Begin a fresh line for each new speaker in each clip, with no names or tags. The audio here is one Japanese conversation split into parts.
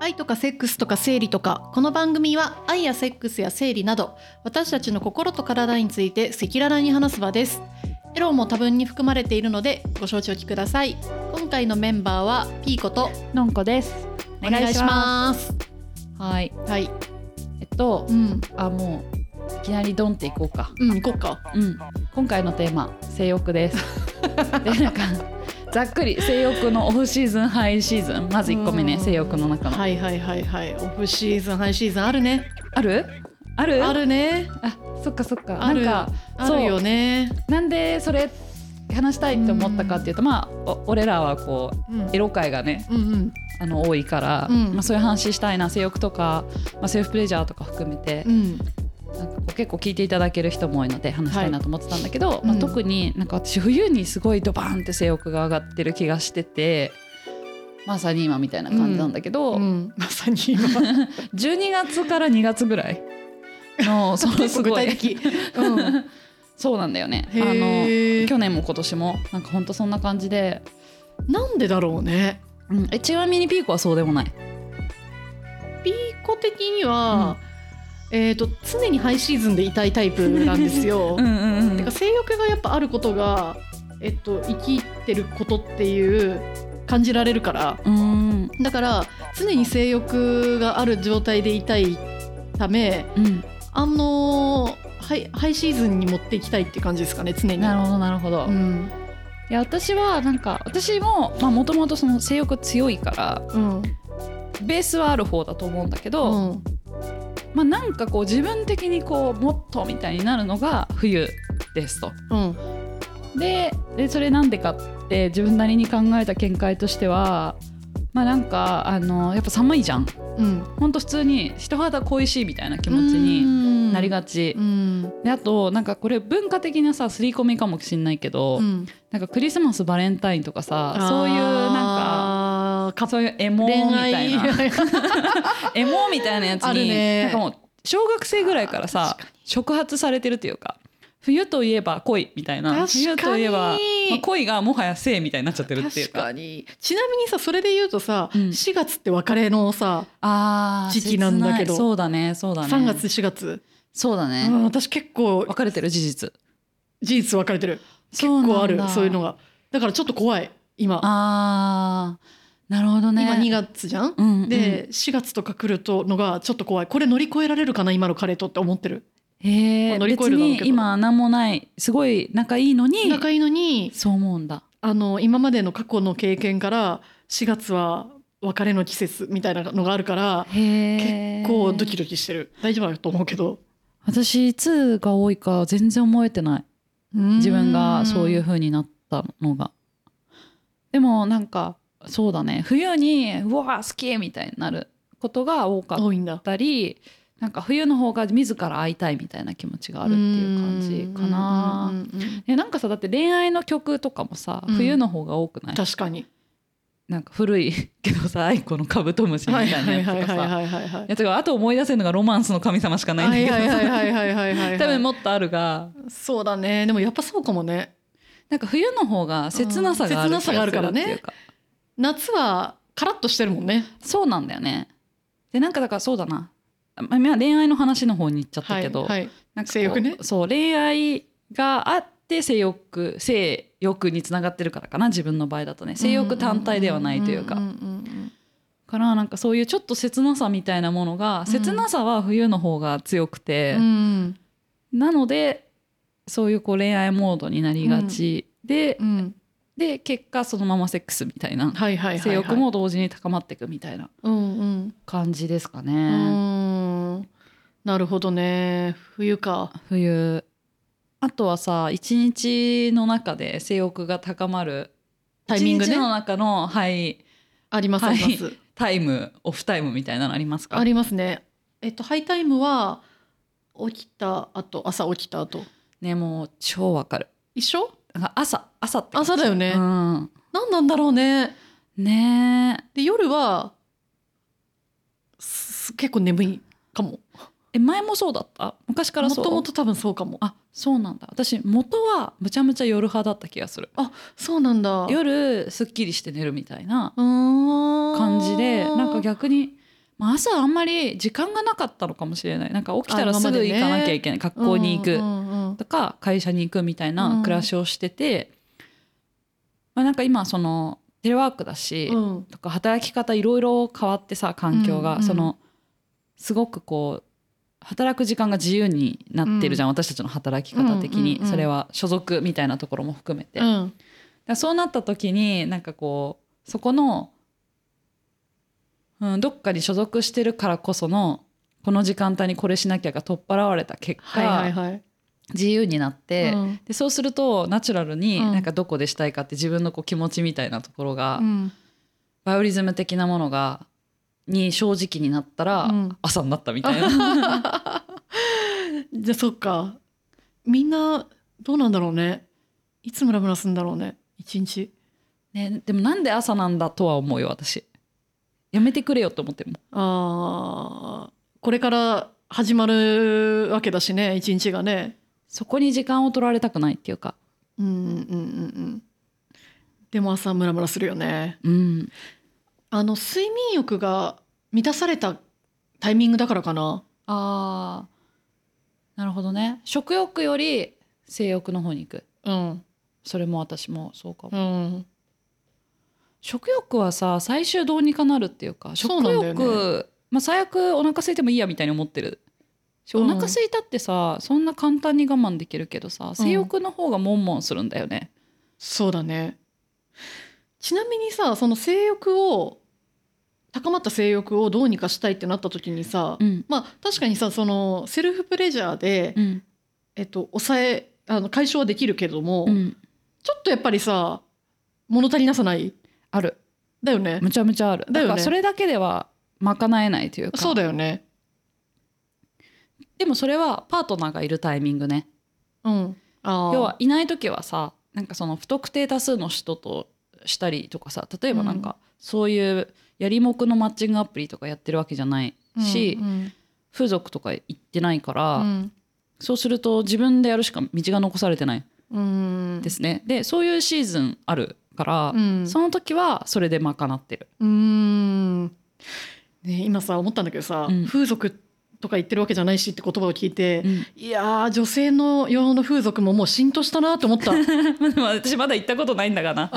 愛とかセックスとか生理とかこの番組は愛やセックスや生理など私たちの心と体について赤裸々に話す場ですエロも多分に含まれているのでご承知おきください今回のメンバーはピーコと
のんこです。
お願いします
す。はい。
はい
えっと
う、ん
あ、もう、いきなりドンっていこうか。
うん行こうか
うん。今回のテーマ、性欲 です。で、なんか、ざっくり性欲のオフシーズン、ハイシーズン。まず1個目
う
ね、
ん
性欲の中の。
はいはいはいはいオフシーズンハイシーズンあるね
あるある
あるね
あそっかそっか。
あ
なん
る
か、
あるよね
なんでそれ、話したいって思ったかっていうと、まあ、お俺らはこう、
うん
エロ界がね、
うんうん
あの多いから、
うん
まあ、そういう話したいな性欲とか、まあ、セルフプレジャーとか含めて
う、ん
なんかこう結構聞いていただける人も多いので話したいなと思ってたんだけど、まあ
うん
特になんか私冬にすごいドバーンって性欲が上がってる気がしててまさに今みたいな感じなんだけど、
うん まさに今
12月から2月ぐらいのその
結
す
構具
ご
体
い
的うん
そうなんだよね。あの
へー
去年も今年もなんか本当そんな感じで、
なんでだろうね
うんえちなみにピーコはそうでもない。
ピーコ的には、えー、と常にハイシーズンでいたいタイプなんですよ。
うんうんうん
てか性欲がやっぱあることが、えっと、生きてることっていう感じられるから
うん
だから常に性欲がある状態でいたいため
うん
あのハイハイシーズンに持っていきたいって感じですかね常に。
なるほどなるほど。
うん
いや私はなんか私ももともと性欲強いから
うん
ベースはある方だと思うんだけど、
うん
まあ、なんかこう自分的にこうもっとみたいになるのが冬ですと。
うん
ででそれなんでかって自分なりに考えた見解としてはまあなんかあのやっぱ寒いじゃん
うん
ほんと普通に人肌恋しいみたいな気持ちに
に
なりがち
う。ん
であとなんかこれ文化的なさ刷り込みかもしんないけど、
うん
なんかクリスマスバレンタインとかさそういうなんか
なんか
そういうエモみたいな エモみたいなやつ
ある
に、
ね
なんかもう小学生ぐらいからさ
あー確
触発されてるというか冬といえば恋みたいな
確かに
冬といえば、まあ恋がもはや性みたいになっちゃってるっていう
確
か
かにちなみにさそれで言うとさ、
うん
4月って別れのさ、
あー
時期なんだけど
切いそうだねそうだね
3月4月、
そうだ
う
ね
ん、私結構
別れてる事実
事実別れてる
結
結構あるそういうのがだからちょっと怖い今、
あーなるほどね
今2月じゃん、
うんうん
で4月とか来るとのがちょっと怖いこれ乗り越えられるかな今の彼とって思ってる
へ
ま
え
あ乗り越える
別
だろうけど
に今何もないすごい仲いいのに
仲いいのに
そう思うんだ
あの今までの過去の経験から4月は別れの季節みたいなのがあるから
へえ
結構ドキドキしてる大丈夫だと思うけど
私いつが多いか全然思えてない自分がそういう風になったのがでもなんかそうだね冬にうわー好きみたいになることが多かっ
多いんだ
たりなんか冬の方が自ら会いたいみたいな気持ちがあるっていう感じかな
うんうんうんうん
えなんかさだって恋愛の曲とかもさ
うん
冬の方が多くない、
確かに。
なんか古いけどさ愛子のカブトムシみたいなやつとかさ
いはいはい
いやてかあと思い出せるのがロマンスの神様しかないんだけどさ、
いはいはいはいはい
多分もっとあるが
そうだね。でもやっぱそうかもね。
なんか冬の方が切なさがある
うん切なさがあるからね
気がするっていうか
夏はカラッとしてるもんね。
そうなんだよねでなんかだからそうだなまあまあ恋愛の話の方に行っちゃった
はい
けど、
はい。
なんかこう
性欲ね
そう恋愛があって性欲性欲につながってるからかな自分の場合だとね性欲単体ではないというか、
んんうん
からなんかそういうちょっと切なさみたいなものが、
ん
切なさは冬の方が強くて
うん、うん
なのでそういうこう恋愛モードになりがち、で
うんうん
で結果そのままセックスみたいな、
はいはいはいはい。
性欲も同時に高まっていくみたいな
うんうん。
感じですか
う
ね、
ーん。なるほどね。冬か。
冬あとはさ一日の中で性欲が高まる
タイミング
一
ね
日。の中のはい
ありますあ
はい
ります。
タイムオフタイムみたいなのありますか
ありますね。えっとハイタイムは起きた後朝起きた後
ねもう超わかる
一緒？
なんか朝朝って
朝だよね。
うん
何なんだろうね。
ねえ
で夜はす結構眠いかも
え前もそうだった昔から
も
そう
ともと多分そうかも
あそうなんだ私元はむちゃむちゃ夜派だった気がする
そうなんだ
夜すっきりして寝るみたいな
感
感じでなんか逆にまあ、朝あんまり時間がなかったのかもしれないなんか起きたら
あ今
す
まで
ぐ
ね
行かなきゃいけない、学校に行く
うんうんうん
とか会社に行くみたいな暮らしをしてて、まあ、なんか今そのテレワークだし、
うん
とか働き方いろいろ変わってさ環境
う
が、
んうん
そのすごくこう働く時間が自由になってるじゃん、私たちの働き方的
う
に、
んうんうん
それは所属みたいなところも含めて、だか
うん
らそうなった時になんかこうそこの、うん、どっかに所属してるからこそのこの時間帯にこれしなきゃが取っ払われた結果、
はいはいはい
自由になって、
うん
でそうするとナチュラルに
うん
なんかどこでしたいかって自分のこう気持ちみたいなところが、
うん
バイオリズム的なものがに正直になったら、
うん
朝になったみた いな
じゃあそっかみんなどうなんだろうねいつムラムラするんだろうね一日
ねでもなんで朝なんだとは思うよ私やめてくれよと思ってるもん
あーこれから始まるわけだしね一日がね
そこに時間を取られたくないっていうか
うんうんうんうんでも朝ムラムラするよね
うん
あの睡眠欲が満たされたタイミングだからかな
あーなるほどね食欲より性欲の方に行く
うん
それも私もそうかも、
うん
食欲はさ最終どうにかなるっていうか
そう
食
なんだよね
欲、まあ、最悪お腹空いてもいいやみたいに思ってるし
う
お
ん
腹空いたってさ、そんな簡単に我慢できるけどさ性欲の方がモンモンするんだよね、
そうだねちなみにさその性欲を高まった性欲をどうにかしたいってなった時にさ、
うん
まあ確かにさそのセルフプレジャーで、
うん
えっと、抑えあの解消はできるけれども、
うん
ちょっとやっぱりさ物足りなさない
ある
だよね
むちゃむちゃある
だ
だ
よね
からそれだけでは賄えないというか
そうだよね
でもそれはパートナーがいるタイミングね
うんあー
要はいない時はさなんかその不特定多数の人としたりとかさ例えばなんかそういうやりもくのマッチングアプリとかやってるわけじゃないし、
うん
風俗とか行ってないから、
うん
そうすると自分でやるしか道が残されてない
うん
ですね、でそういうシーズンあるから、
うん
その時はそれで賄ってる、
うん、ね、今さ思ったんだけどさ、
うん
風俗とか言ってるわけじゃないしって言葉を聞いて、
うん
いやー女性の用の風俗ももう浸透したなと 思った
私 まだ行ったことないんだがな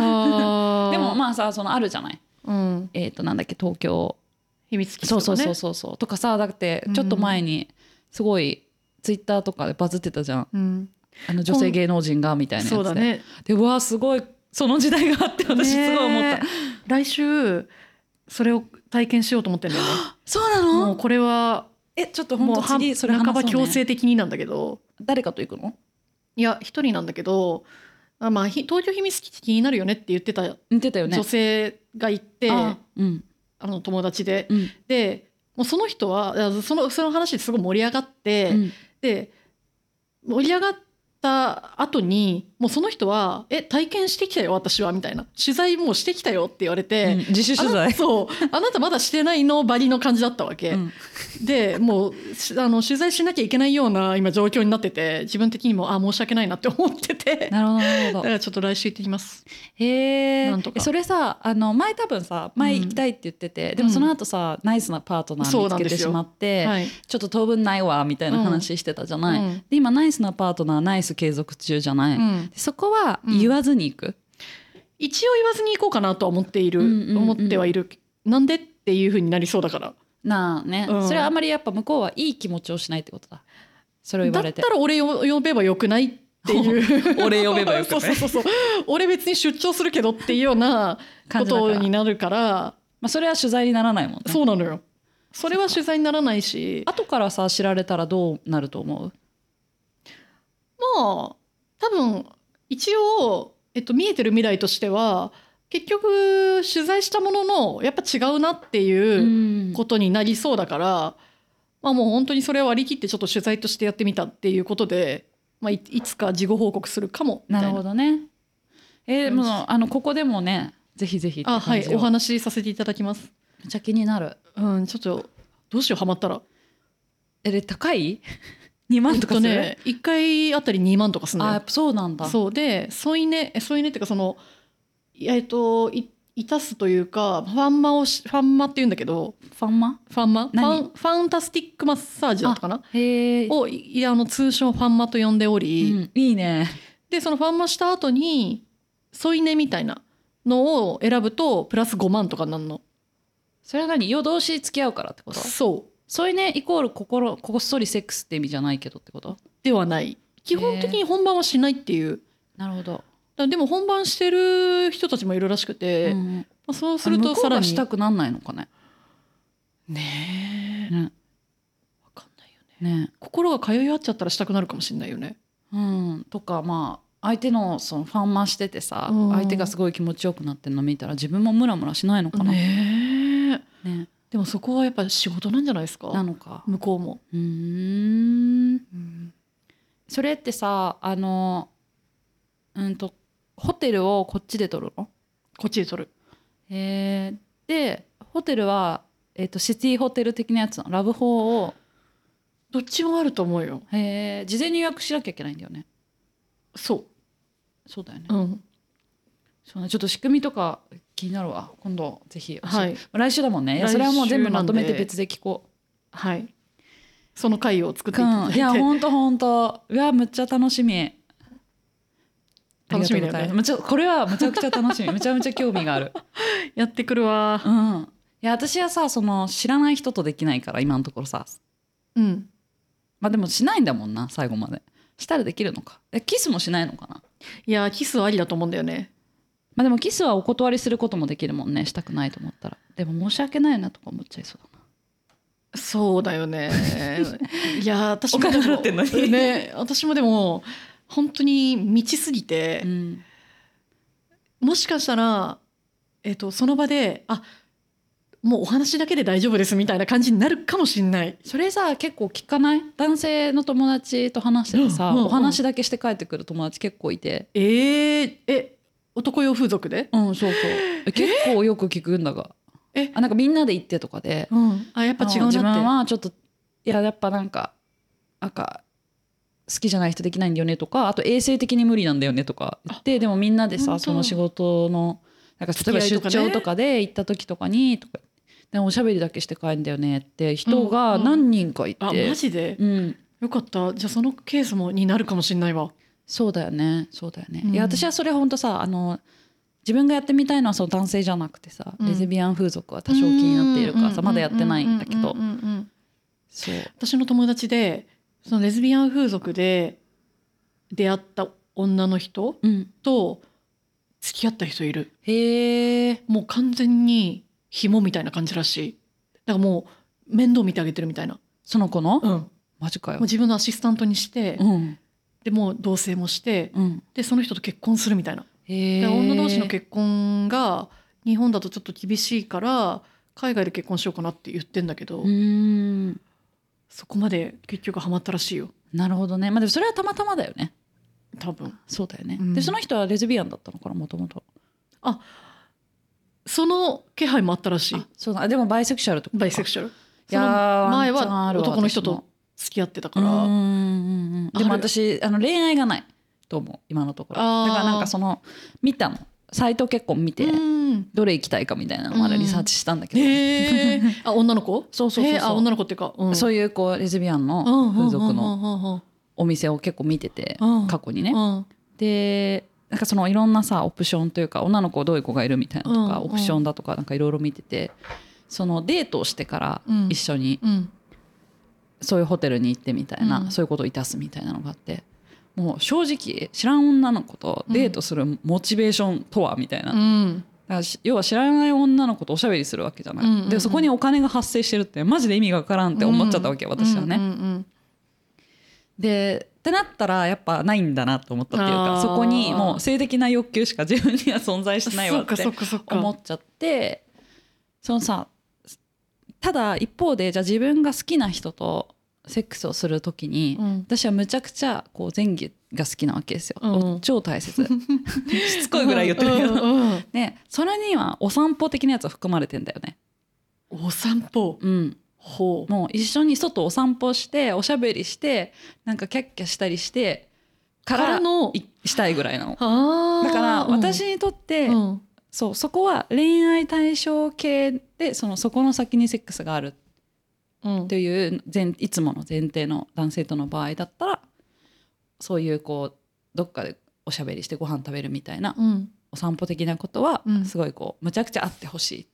あ
でも
ま
まあさそのあるじゃない
あ、うん、
えっ、となんだっけ東京
秘密基地と
そう
か
そ
ね
うそうそうそうとかさだってちょっと前にすごいツイッターとかでバズってたじゃん
うん、
あの女性芸能人がみたいなやつで
そうだね
でうわーすごいその時代があって私すごい思った、
ねえ来週それを体験しようと思ってん だよね
そうな
もうこれは
えちょっと
もう
本当
半
次それ話
半
そう、ね、
ば強制的になんだけど
誰かと行くの
いや一人なんだけどあまあひ東京秘密基地気になるよねって言ってた
似てたよね
女性が行って、
あうん
あの友達で。
うん
でもうその人はあそのその話ですごい盛り上がって、
うん
で盛り上がった後にもうその人は「え体験してきたよ私は」みたいな「取材もうしてきたよ」って言われ
うん
て。
自主
あ
取
な
材
そうあなたまだしてないのばりの感じだったわけ、
うん
でもうしあの取材しなきゃいけないような今状況になってて自分的にもあ申し訳ないなって思ってて
なるほどなる
だか
ほど
らちょっと来週行ってきます
へ え
なんとか
それさあの前多分さ前
うん
行きたいって言ってて、でもその後さナイスなパートナー
そう
見
な
つ
ん
け
です
て
よ
しまって、
はい、
ちょっと当分ないわみたいな話してたじゃない、
うん
で今ナイスなパートナーナイス継続中じゃない、
うん
でそこは
うん
言わずに行く、
一応言わずに行こうかなとは思っている、
うんうんうん
思ってはいるなんでっていうふうになりそうだから
なあね、
うん
それはあんまりやっぱ向こうはいい気持ちをしないってことだそれを言
だ
わ
っ
れて
たら俺よ呼べばよくないっていう
俺呼べばよくない
そうそうそうそう俺別に出張するけどっていうようなこ
感じだから
とになる から
まあ、それは取材にならないもんね
そうなのよそれは取材にならないし
後からさ知られたらどうなると思う
まあ多分一応、えっと、見えてる未来としては結局取材したもののやっぱ違うなっていう
うん
ことになりそうだから、まあ、もう本当にそれを割り切ってちょっと取材としてやってみたっていうことで、まあ、いいつか事後報告するかもみ
な
たい
る
な
ほどね。え
う
ー、
ん
もうあのここでもねぜひぜひって
あ
感
はい
じを
お話しさせていただきます
めっちゃ気になる。
うんちょっとどうしようハマったら
えで高い ？2万とかする？
えっとね1回あたり2万とかすん
あ
の
やっ
よ
ぱそうなんだ。
そうで添い寝え添い寝っていうかそのいやえっといいたすというかファンマをしファンマって言うんだけど
ファンマ
ファンマファ
何
ンファンタスティックマッサージだったかな
へえ、
をいあの通称ファンマと呼んでお
う
り、
ん、いいね
でそのファンマした後に添い寝みたいなのを選ぶとプラス5万とかになるの
それは何夜通し付き合うからってこと
そう
添い寝イコール心こっそりセックスって意味じゃないけどってこと
ではない基本的に本番はしないっていう
なるほど、
だでも本番してる人たちもいるらしくて、ま
ん、
あ、そうす
す
る
る
と
と
さ
さ
ら
ら
に
したくなんないのかね
ねえ
ね
わかんないよね
ね
心が通い合っちゃったらしたくなるかもしれないよね
うん、とかまあ相手のそのファンマしててさ、
うん
相手がすごい気持ちよくなってるの見たら自分もムラムラしないのかな、
ねえ
ね
でもそこはやっぱ仕事なんじゃないです
な
か
のか
向こうも、
うーんそれってさあのうんとホテルをこっちで取るの
こっちで撮る
えーでホテルは、えー、とシティホテル的なやつなのラブホを、
どっちもあると思うよ
えー事前に予約しなきゃいけないんだよね
そ
そうだよね、
ううん
そうねちょっと仕組みとか気になるわ今度ぜひ教えて
はい
来週だもんねいや
来週
それはもう全部まとめ
な
て
んで
別で聞こ
はいその回を作っ
う
ていただい
い
て、
やほんとほんとうわむっちゃ楽しみ
楽しみだよね
ありがとうございますむちゃこれはむちゃくちゃ楽しみむちゃむちゃ興味がある
やってくるわ
うんいや私はさその知らない人とできないから今のところさ
うん
まあでもしないんだもんな最後までしたらできるのかえキスもしないのかない
やキスはありだと思うんだよね
まあでもキスはお断りすることもできるもんねしたくないと思ったらでも申し訳ないなとか思っちゃいそうだな
そうだよ ねいや私も
お金
でも
払ってんのに
ね私もでも本当に満ちすぎて、
ん
もしかしたら、えっとその場であもうお話だけで大丈夫ですみたいな感じになるかもしれない
それさ結構聞かない男性の友達と話しててさ、
うんうん
お話だけして帰ってくる友達結構いて
えー、え男用風俗で、
うんそうそう え結構よく聞くんだが
え
あなんかみんなで行ってとかで
うん、あやっぱ違うなって
自分はちょっといややっぱなんかなんか好きじゃない人できないんだよねとかあと衛生的に無理なんだよねとか言ってでもみんなで
本
さ
当
その仕事のなんか例えば
付き合いとかね
出張とかで行った時とかにとかでもおしゃべりだけして帰るんだよねって人が
うんうん
何人かいて、
あマジで、
うん、
よかったじゃあそのケースもになるかもしれないわ
そうだよねそうだよね、
うん
いや私はそれ本当さあの自分がやってみたいのはその男性じゃなくてさ、
うん
レズビアン風俗は多少気になっているからさまだやってないんだけど
うんうんうんうんうんうん
そう
私の友達でそのレズビアン風俗で出会った女の人
うん
と付き合った人いる
へえ
もう完全に紐みたいな感じらしいだからもう面倒見てあげてるみたいな、
その子の、
うん、も
マジか
う
よ
自分のアシスタントにして、
うん
でもう同棲もして
うん
でその人と結婚するみたいな、
へえ
で女同士の結婚が日本だとちょっと厳しいから海外で結婚しようかなって言ってんだけど、
うーん
そこまで結局ハマったらしいよ
なるほどねまあでもそれはたまたまだよね
多分
そうだよね、
うん
でその人はレズビアンだったのかなもともと
その気配もあったらしい
そうだあでもバイセクシャルとか
バイセク
シ
シャル
いやー
その前
ワンチャンあ
は
るわ
男の人
私
と
も
付き合ってたか
うんうん
ら
うんうんでも
ある
私あの恋愛がないと思う今のところ
あー
だからなんかその見たのサイト結構見て、
うん
どれ行きたいかみたいなのまだリサーチしたんだけど、
へえ あ女の子
そうそうそうそう
へーあ女の子っていうか、うん、
そうういうこうレズビアン
ん
の
うん
風俗
う
の
んうんうん
お店を結構見てて
うん
過去にね
うん
でなんかそのいろんなさオプションというか女の子どういう子がいるみたいなとか、
うん
オプションだとかなんかいろいろ見ててそのデートをしてから
うん
一緒に
うん
そういうホテルに行ってみたいな、
うん
そういうことをいたすみたいなのがあってもう正直知らん女の子とデートするモチベーションとはみたいな、
う
だ
ん
からし要は知らない女の子とおしゃべりするわけじゃない、
うんうんうん
でそこにお金が発生してるってマジで意味がわからんって思っちゃったわけ、私はね、
うんうん
でってなったらやっぱないんだなと思ったっていう
あ
か
ー
そこにもう性的な欲求しか自分には存在しないわ
そ
っ
っか
て
そっかそっか
思っちゃってそのさただ一方でじゃあ自分が好きな人とセックスをするときに、
うん
私はむちゃくちゃこう前戯が好きなわけですよ、
うん
超大切 しつこいぐらい言ってるけど、
うんうんうん
ねそれにはお散歩的なやつは含まれてんだよね
お散歩
うん
ほう
もう一緒に外お散歩しておしゃべりしてなんかキャッキャしたりしてから
の
いしたいぐらいなの
あー
だから
うん
私にとって
うん
そうそこは恋愛対象系でそのそこの先にセックスがある
うん
という前いつもの前提の男性との場合だったらそういうこうどっかでおしゃべりしてご飯食べるみたいな
うん、
お散歩的なことは
うん
すごいこうむちゃくちゃあってほし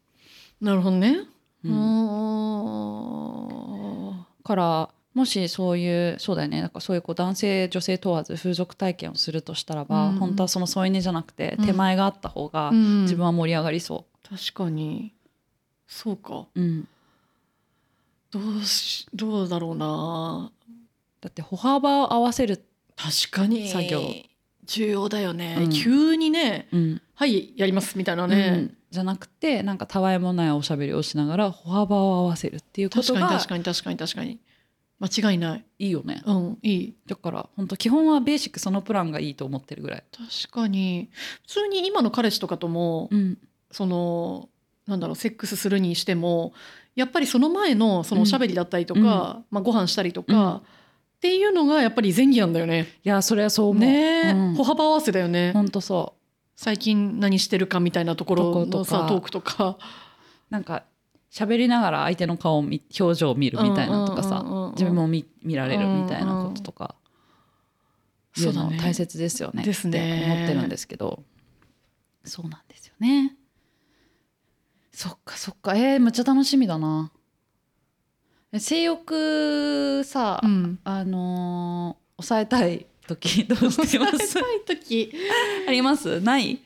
なるほどね。
い、
う
うん
ん
からもしそういうそうだよねなんかそういうこう男性女性問わず風俗体験をするとしたらば、
うん
本当はその添い寝じゃなくて
うん
手前があった方が
うん
自分は盛り上がりそ
確かにそうか
う、うん
どうしどうだろうな
だって歩幅を合わせる、
確かに
作業
重要だよね、
うん
急にね
うん
はいやりますみたいな
う
ね、
んじゃなくてなんかたわいもないおしゃべりをしながら歩幅を合わせるっていうこと
確かに
が
確かに確かに確かに間違いない
いいよね
うんいい
だから本当基本はベーシックそのプランがいいと思ってるぐらい、
確かに普通に今の彼氏とかとも、
うん
そのなんだろうセックスするにしてもやっぱりその前のそのおしゃべりだったりとか、
うん
まあ、ご飯したりとか、
うん
っていうのがやっぱり前期なんだよね。
いやそれはそう思う、
ねえ、
うん
歩幅合わせだよね、
本当そう
最近何してるかみたいなところのさ
と
トークとか
なんか喋りながら相手の顔を見表情を見るみたいなとかさ、
うんうんうんうん
自分も見見られるみたいなこととか、
うんうん
いうの
そうだね
大切ですよね
ですね
って思ってるんですけどそうなんですよねそっかそっかえー、めっちゃ楽しみだなえ性欲さ、
うん
あのー抑えたい時 どうしてま
抑え
す
たい時
ありますない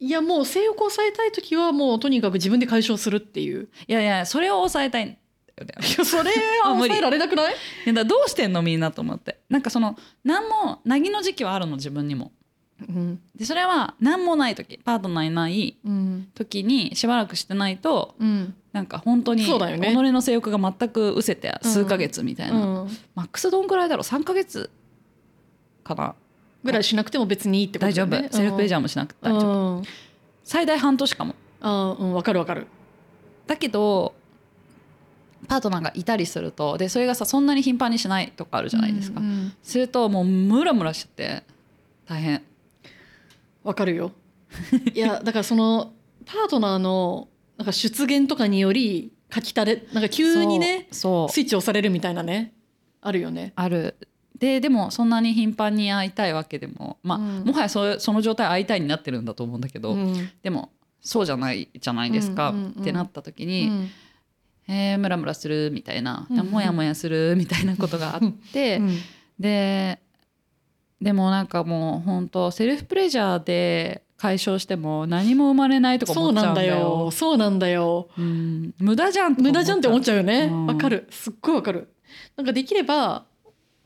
いやもう性欲を抑えたい時はもうとにかく自分で解消するって いう
いやいやそれを抑えたいんだよね
いやそれは
あ無理
抑えられなくない
いやだからどうしてんのみんなと思ってなんかその何もなぎの時期はあるの自分にも
うん
でそれは何もない時パートナーいない
うん
時にしばらくしてないと
うん
なんか本当に己
そうだよね
の性欲が全く失せて数ヶ月みたいな、マックスどんくらいだろう3ヶ月かな
ぐらいしなくても別にいいってことだ
大丈
よ
夫
ね
セルフページ
ャ
ャーもしなくて
う
大丈夫
んうん
最大半年かも
あーうんわかるわかる
だけどパートナーがいたりするとでそれがさそんなに頻繁にしないとかあるじゃないですか、
うんうん
するともうムラムラしちゃって大変
わかるよいやだからそのパートナーのなんか出現とかにより書きたれなんか急にね
そうそう
スイッチ押されるみたいなねあるよね
あるででもそんなに頻繁に会いたいわけでもまあ、
うん
もはやそうその状態会いたいになってるんだと思うんだけど、
うん
でもそうじゃないじゃないですか、
うんうんうん
ってなった時
う
に、
ん
えー、ムラムラするみたいな、
うんうん
もやもやするみたいなことがあって、
うん
ででもなんかもう本当セルフプレジャーで解消しても何も生まれないとか
そ
思
う
っちゃ
な
うんんだ
だ
よ
よそうなんだよ
うん無駄じゃんとか
無駄じゃんって思っちゃうよね
うん
わかるすっごいわかるなんかできれば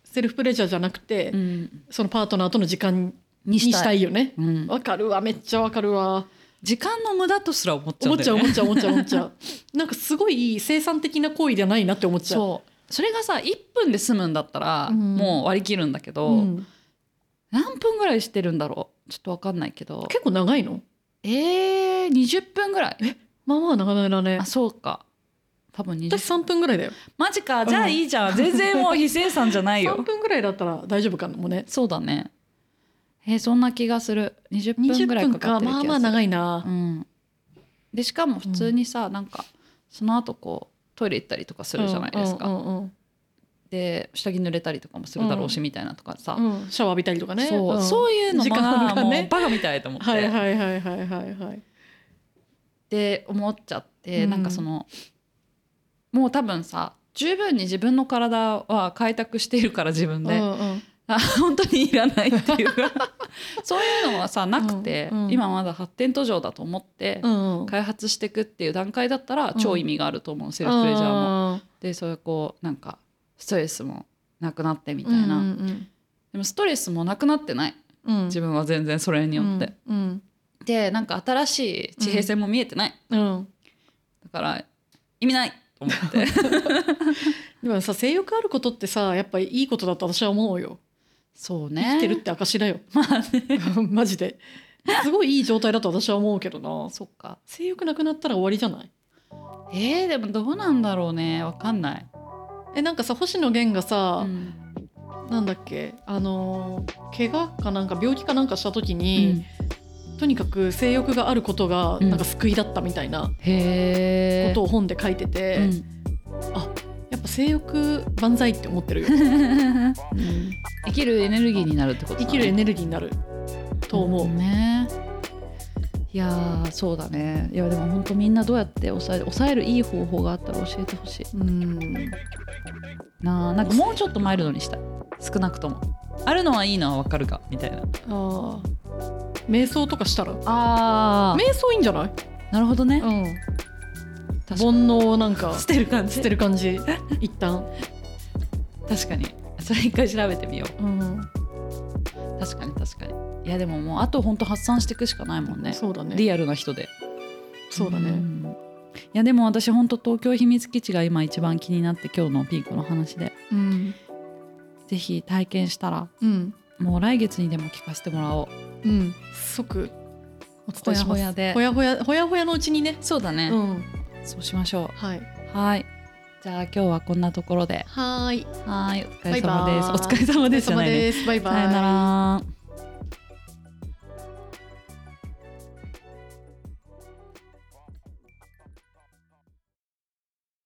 セルフプレジャーじゃなくて、
うん
そのパートナーとの時間
に
にし
し
た
い
たいよね
うん、
わかるわめっちゃわかるわ
時間の無駄とすら思っちゃ
思
う
っ
んだ
ちゃ
よ
う思
ね
っちゃう思っちゃう思っちゃうなんかすごい生産的な行為じゃないなって思っちゃう
そうそれがさ1分で済むんだったら、
うん
もう割り切るんだけど、
うん
何分ぐらいしてるんだろうちょっと分かんないけど
結構長いの
えー、20分ぐらい
まあまあ長めだね
あそうか多分20
私3分ぐらいだよ
マジかじゃあいいじゃん、全然もう非生産じゃない
3
よ
分ぐらいだったら大丈夫かもね
そうだねえーそんな気がする20分
20
ぐらい
分
かか
か
ってる気が
ますあ
る
まあ長いな
うん、でしかも普通にさ、なんかその後こうトイレ行ったりとかするじゃないですか、
うんうんうん
で下着濡れたりとかもするだろうし、みたいなとかさ、
うんうんシャワー浴びたりとかね
そう、
ん
そういうの
時
も
間
な、
が
も
ね
うバカみたいと思って、
はい
っ
はいはいはいはいはい
て思っちゃって、
うん
なんかそのもう多分さ十分に自分の体は開拓しているから自分で、
うんうん
あ本当にいらないっていうか そういうのはさなくて、
うんうん
今まだ発展途上だと思って
う、んうん
開発していくっていう段階だったら
うん
超意味があると思う、セルフプレジャーも。
も
でそういうこうなんかストレスもなくなってみ
み
たいな、でもストレスもなくなってない自分は全然それによって。
うん
でなんか新しい地平線も見えてない、
うん
だから意味ないと思って
でもさ性欲あることってさやっぱいいことだと私は思うよ
そう
生きてるって証だよ
まあね
マジですごいいい状態だと私は思うけどな
そっか
性欲なくなったら終わりじゃない
えー、でもどうなんだろうねわかんない、
えなんかさ星野源がさ、
ん
なんだっけあのー怪我かなんか病気かなんかした時
う
に、
ん
とにかく性欲があることが
うん
なんか救いだったみたいな
へ
こ
え
とを本で書いてて、あやっぱ性欲万歳って思ってるよ
生きるエネルギーになるってことだね
生きるエネルギーになると思う、
んねいやーそうだねいやでも本当みんなどうやって抑え抑えるいい方法があったら教えてほしい
うん
なあなんかもうちょっとマイルドにしたい少なくともあるのはいいのはわかるがみたい
あ
な
ー瞑想とかしたら
あ
瞑想いいんじゃない、
なるほどね
うん、
確か
煩
に
悩をなんか
捨てる感
捨
じ
てる感じ一旦、
確かにそれ一回調べてみよ
うん、
う確かに確かにいやでももうあと本当発散していくしかないもんね
そうだね
リアルな人で
そうだね、
んいやでも私本当東京秘密基地が今一番気になって今日のピンクの話で
うん
ぜひ体験したら
うん
もう来月にでも聞かせてもらおう
うん即お伝えします
ほやほやで
ほやほやほやほやのうちにね
そうだね
うん
そうしましょ
はいう
はいじゃあ今日はこんなところで
はーい
はいお疲れ様です
バイバイ
お疲れ様
お疲
で
れ
すじゃ
様
ないね
ですバイバイ
さよなら